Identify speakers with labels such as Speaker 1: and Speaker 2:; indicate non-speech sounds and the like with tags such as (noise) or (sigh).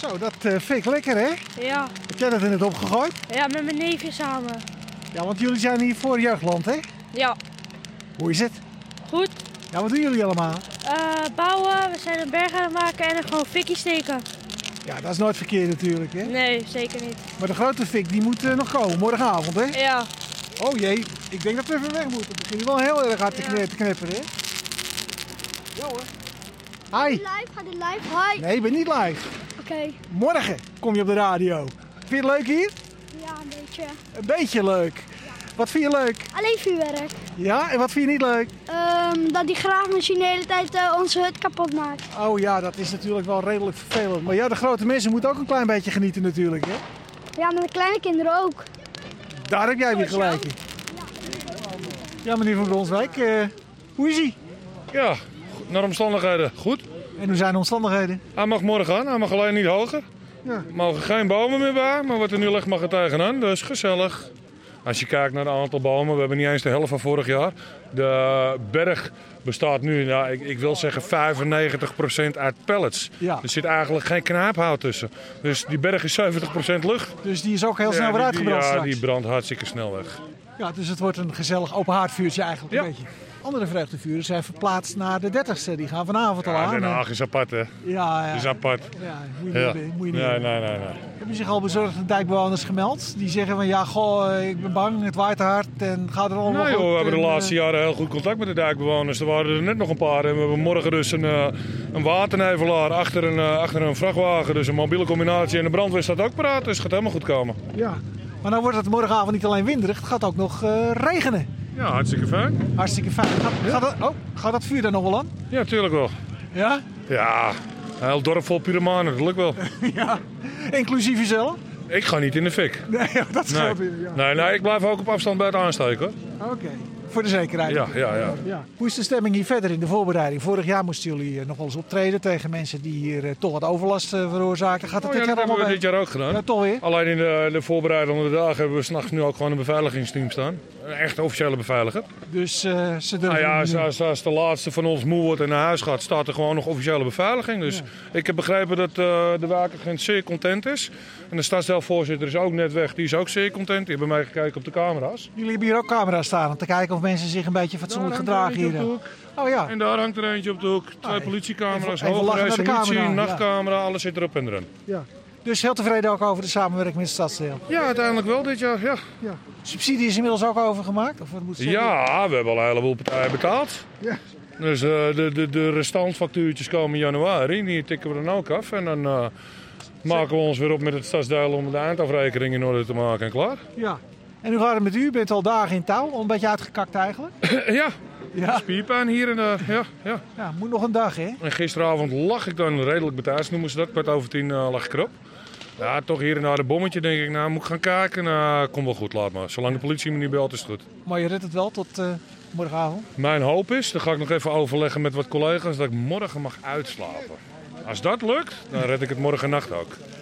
Speaker 1: Zo, dat eh vind ik lekker hè?
Speaker 2: Ja.
Speaker 1: Heb jij dat in het opgegooid?
Speaker 2: ja, met mijn neefje samen.
Speaker 1: Ja, want jullie zijn hier voor Jeugdland hè?
Speaker 2: Ja,
Speaker 1: Hoe is het?
Speaker 2: goed.
Speaker 1: Ja, wat doen jullie allemaal?
Speaker 2: Eh, bouwen, we zijn een berg aan het maken en er gewoon fikkie steken.
Speaker 1: Ja, dat is nooit verkeerd natuurlijk hè?
Speaker 2: Nee, zeker niet.
Speaker 1: Maar de grote fik die moet eh, nog komen, morgenavond hè?
Speaker 2: Ja,
Speaker 1: Oh jee, ik denk dat we even weg moeten. Het begint wel heel erg hard te,
Speaker 2: Ja.
Speaker 1: kne- te knepperen hè? Ja hoor. Hi.
Speaker 3: Live, gaat dit live? Hi.
Speaker 1: Nee, ik ben niet live.
Speaker 3: Oké.
Speaker 1: Morgen kom je op de radio. Vind je het leuk hier?
Speaker 3: Ja, een beetje.
Speaker 1: Een beetje leuk. Wat vind je leuk?
Speaker 3: Alleen vuurwerk.
Speaker 1: Ja, en wat vind je niet leuk?
Speaker 3: Ehm, dat die graafmachine de hele tijd eh, onze hut kapot maakt.
Speaker 1: Oh ja, dat is natuurlijk wel redelijk vervelend. Maar ja, de grote mensen moeten ook een klein beetje genieten natuurlijk. Hè?
Speaker 3: Ja, met de kleine kinderen ook.
Speaker 1: Daar heb jij weer gelijk in. Ja, meneer Van Bronswijk, eh, hoe is hij?
Speaker 4: Ja, naar omstandigheden goed.
Speaker 1: En hoe zijn de omstandigheden?
Speaker 4: Hij mag morgen aan, hij mag alleen niet hoger.
Speaker 1: Ja.
Speaker 4: Er mogen geen bomen meer bij, maar wat er nu ligt mag er tegenaan, dus gezellig. Als je kijkt naar het aantal bomen, we hebben niet eens de helft van vorig jaar. De berg bestaat nu, nou, ik, ik wil zeggen 95% uit pellets.
Speaker 1: Ja.
Speaker 4: Er zit eigenlijk geen knaaphout tussen. Dus die berg is 70% lucht.
Speaker 1: Dus die is ook heel snel
Speaker 4: Ja,
Speaker 1: weer
Speaker 4: die,
Speaker 1: uitgebrand
Speaker 4: ja,
Speaker 1: straks.
Speaker 4: die brandt hartstikke snel weg.
Speaker 1: Ja, dus het wordt een gezellig open haardvuurtje eigenlijk een
Speaker 4: Ja.
Speaker 1: beetje. Andere vreugdevuren zijn verplaatst naar de 30ste. Die gaan vanavond al
Speaker 4: Ja,
Speaker 1: aan.
Speaker 4: Den Haag is apart, hè.
Speaker 1: Ja, ja.
Speaker 4: Is apart.
Speaker 1: Ja, moet je
Speaker 4: Ja.
Speaker 1: niet, moet je
Speaker 4: Nee,
Speaker 1: niet
Speaker 4: nee,
Speaker 1: hebben.
Speaker 4: nee, nee.
Speaker 1: Hebben zich al bezorgde dijkbewoners gemeld? Die zeggen van ja, goh, eh, ik ben bang, het waait te hard en gaat er allemaal
Speaker 4: Nou
Speaker 1: goed.
Speaker 4: joh, we hebben de
Speaker 1: en, eh,
Speaker 4: laatste jaren heel goed contact met de dijkbewoners. Er waren er net nog een paar. En we hebben morgen dus een, eh, een waternevelaar achter een, eh, achter een vrachtwagen. Dus een mobiele combinatie. En de brandweer staat ook paraat, dus het gaat helemaal goed komen.
Speaker 1: Ja, maar nou wordt het morgenavond niet alleen winderig, het gaat ook nog eh, regenen.
Speaker 4: Ja, hartstikke fijn.
Speaker 1: Hartstikke fijn. Gaat, gaat, dat, oh, gaat dat vuur daar nog wel aan?
Speaker 4: Ja, tuurlijk wel.
Speaker 1: Ja?
Speaker 4: Ja, een heel dorp vol pyromanen, dat lukt wel.
Speaker 1: (laughs) ja. Inclusief jezelf?
Speaker 4: Ik ga niet in de
Speaker 1: (laughs)
Speaker 4: fik.
Speaker 1: Nee, ja, dat
Speaker 4: Nee.
Speaker 1: scheelt weer. Ja.
Speaker 4: nee, nee, ik blijf ook op afstand bij het aansteken. hoor.
Speaker 1: Oké, voor de zekerheid.
Speaker 4: Ja, ja, ja.
Speaker 1: Ja. Hoe is de stemming hier verder in de voorbereiding? Vorig jaar moesten jullie eh, nog wel eens optreden tegen mensen die hier eh, toch wat overlast eh, veroorzaakten. Gaat dat
Speaker 4: Oh, ja,
Speaker 1: dit
Speaker 4: dat
Speaker 1: jaar
Speaker 4: hebben
Speaker 1: allemaal
Speaker 4: we dit
Speaker 1: weer?
Speaker 4: jaar ook gedaan.
Speaker 1: Ja, toch weer?
Speaker 4: Alleen in de, de voorbereidende dagen hebben we s'nachts nu ook gewoon een beveiligingsteam staan. Een echt officiële beveiliger.
Speaker 1: Dus eh, ze
Speaker 4: Nou
Speaker 1: durven
Speaker 4: ja,
Speaker 1: het niet
Speaker 4: als,
Speaker 1: meer.
Speaker 4: als, als de laatste van ons moe wordt en naar huis gaat, staat er gewoon nog officiële beveiliging. Dus ik heb begrepen dat eh, de waakagent zeer content is. En de stadsdeelvoorzitter is ook net weg, die is ook zeer content. Die hebben mij gekeken op de camera's.
Speaker 1: Jullie hebben hier ook camera's staan om te kijken of mensen zich een beetje fatsoenlijk
Speaker 4: Daar hangt er
Speaker 1: gedragen
Speaker 4: eentje op de
Speaker 1: hier.
Speaker 4: hoek.
Speaker 1: Oh ja,
Speaker 4: En daar hangt er eentje op de hoek. Twee
Speaker 1: Ah,
Speaker 4: politiecamera's,
Speaker 1: even- even lachen
Speaker 4: hoogreis,
Speaker 1: naar de
Speaker 4: politie,
Speaker 1: camera, ja.
Speaker 4: nachtcamera, alles zit erop en erin.
Speaker 1: ja. Dus heel tevreden ook over de samenwerking met het stadsdeel.
Speaker 4: Ja, uiteindelijk wel dit jaar. Ja,
Speaker 1: Ja. Subsidie is inmiddels ook overgemaakt? Of wat moet zeggen?
Speaker 4: ja we hebben al een heleboel partijen betaald.
Speaker 1: Ja.
Speaker 4: Dus eh, de, de, de restantfactuurtjes komen in januari. Die tikken we dan ook af. En dan eh, maken we ons weer op met het stadsduil om de eindafrekening in orde te maken en klaar.
Speaker 1: Ja. En hoe gaat het met u? U bent al dagen in touw, al een beetje uitgekakt eigenlijk.
Speaker 4: (clears throat) ja,
Speaker 1: Ja.
Speaker 4: spierpijn hier en daar. Ja, ja.
Speaker 1: ja moet nog een dag, hè?
Speaker 4: En gisteravond lag ik dan redelijk betijds, noemen ze dat. Kwart over tien eh, lag ik erop. Ja, toch hier en daar een bommetje denk ik. Nou, moet ik gaan kijken. Nou, kom wel goed, laat maar. Zolang de politie me niet belt is het goed.
Speaker 1: Maar je redt het wel tot eh, morgenavond.
Speaker 4: Mijn hoop is, dan ga ik nog even overleggen met wat collega's, dat ik morgen mag uitslapen. Als dat lukt, dan red ik het morgen nacht ook.